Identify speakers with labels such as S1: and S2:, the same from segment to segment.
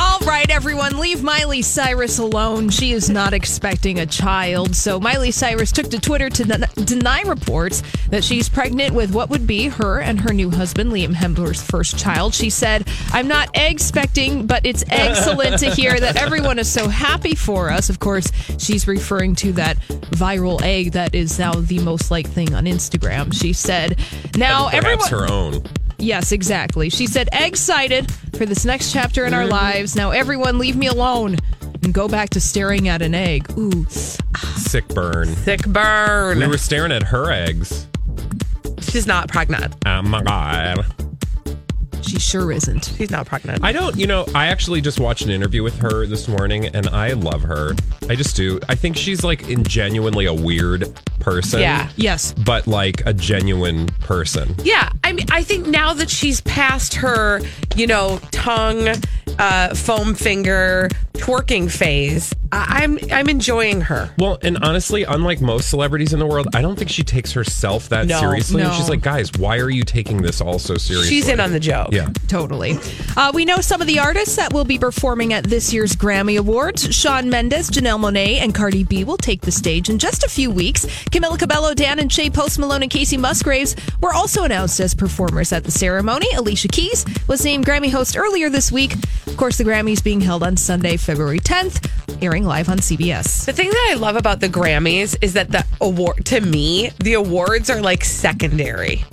S1: All right, everyone, leave Miley Cyrus alone. She is not expecting a child. So, Miley Cyrus took to Twitter to den- deny reports that she's pregnant with what would be her and her new husband, Liam Hemsworth's first child. She said, I'm not expecting, but it's excellent to hear that everyone is so happy for us. Of course, she's referring to that viral egg that is now the most liked thing on Instagram. She said, Now,
S2: Perhaps
S1: everyone.
S2: her own.
S1: Yes, exactly. She said, excited for this next chapter in our lives. Now, everyone, leave me alone and go back to staring at an egg. Ooh,
S2: Sick burn.
S3: Thick
S2: We
S3: burn.
S2: were staring at her eggs.
S3: She's not pregnant.
S2: Oh my God.
S1: she sure isn't.
S3: She's not pregnant.
S2: I don't, you know, I actually just watched an interview with her this morning and I love her. I just do. I think she's like in genuinely a weird person.
S3: Yeah.
S1: Yes.
S2: But like a genuine person.
S3: Yeah, I mean, I think now that she's past her, you know, tongue, uh, foam finger, twerking phase, I- I'm I'm enjoying her.
S2: Well, and honestly, unlike most celebrities in the world, I don't think she takes herself that
S3: No,
S2: seriously. And
S1: no.
S2: she's like, guys, why are you taking this all so seriously?
S3: She's in on the joke.
S2: Yeah.
S1: Totally. Uh, we know some of the artists that will be performing at this year's Grammy Awards. Sean Mendes, Janelle Monet, and Cardi B will take the stage in just a few weeks. Camila Cabello, Dan and Shay Post Malone, and Casey Musgraves were also announced as performers at the ceremony. Alicia Keys was named Grammy host earlier this week. Of course, the Grammys being held on Sunday, February 10th, airing live on CBS.
S3: The thing that I love about the Grammys is that the award to me, the awards are like secondary.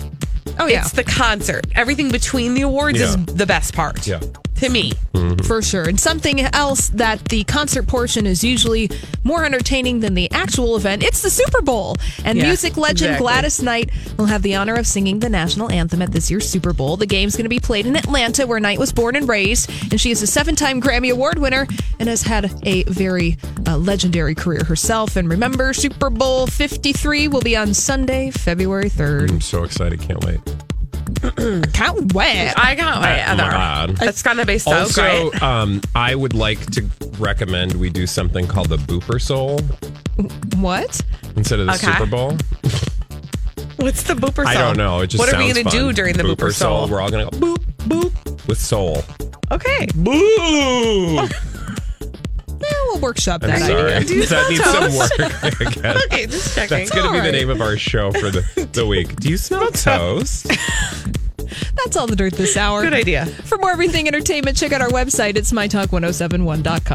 S1: Oh, yeah.
S3: It's the concert. Everything between the awards is
S2: Yeah.
S3: the best part.
S2: Yeah. Hmm.
S3: To me.
S1: for sure. And something else that the concert portion is usually more entertaining than the actual event, it's the Super Bowl. And
S3: Yeah,
S1: music legend
S3: exactly.
S1: Gladys Knight will have the honor of singing the national anthem at this year's Super Bowl. The game's going to be played in Atlanta, where Knight was born and raised. And she is a seven time Grammy Award winner and has had a very uh, legendary career herself. And remember, Super Bowl 53 will be on Sunday, February 3rd.
S2: I'm so excited. Can't wait.
S1: Count wet.
S3: I got my
S2: Oh, my
S3: other.
S2: God.
S3: That's gonna be so
S2: also,
S3: great.
S2: um, I would like to recommend we do something called the Booper Soul
S1: What?
S2: instead of the
S3: Okay.
S2: Super Bowl.
S3: What's the booper soul?
S2: I don't know. It just
S3: What are we
S2: sounds
S3: gonna do
S2: fun.
S3: during the booper, soul?
S2: We're all gonna go boop boop with soul.
S3: Okay.
S2: Boop.
S1: Eh, we'll workshop that.
S2: I'm
S1: idea.
S2: sorry. That needs some work. Again.
S3: Okay, just checking.
S2: That's gonna be the
S1: Alright.
S2: name of our show for the, the week. Do you smell toast?
S1: That's all the dirt this hour.
S3: Good idea.
S1: oh For more everything entertainment, check out our website. It's mytalk1071.com.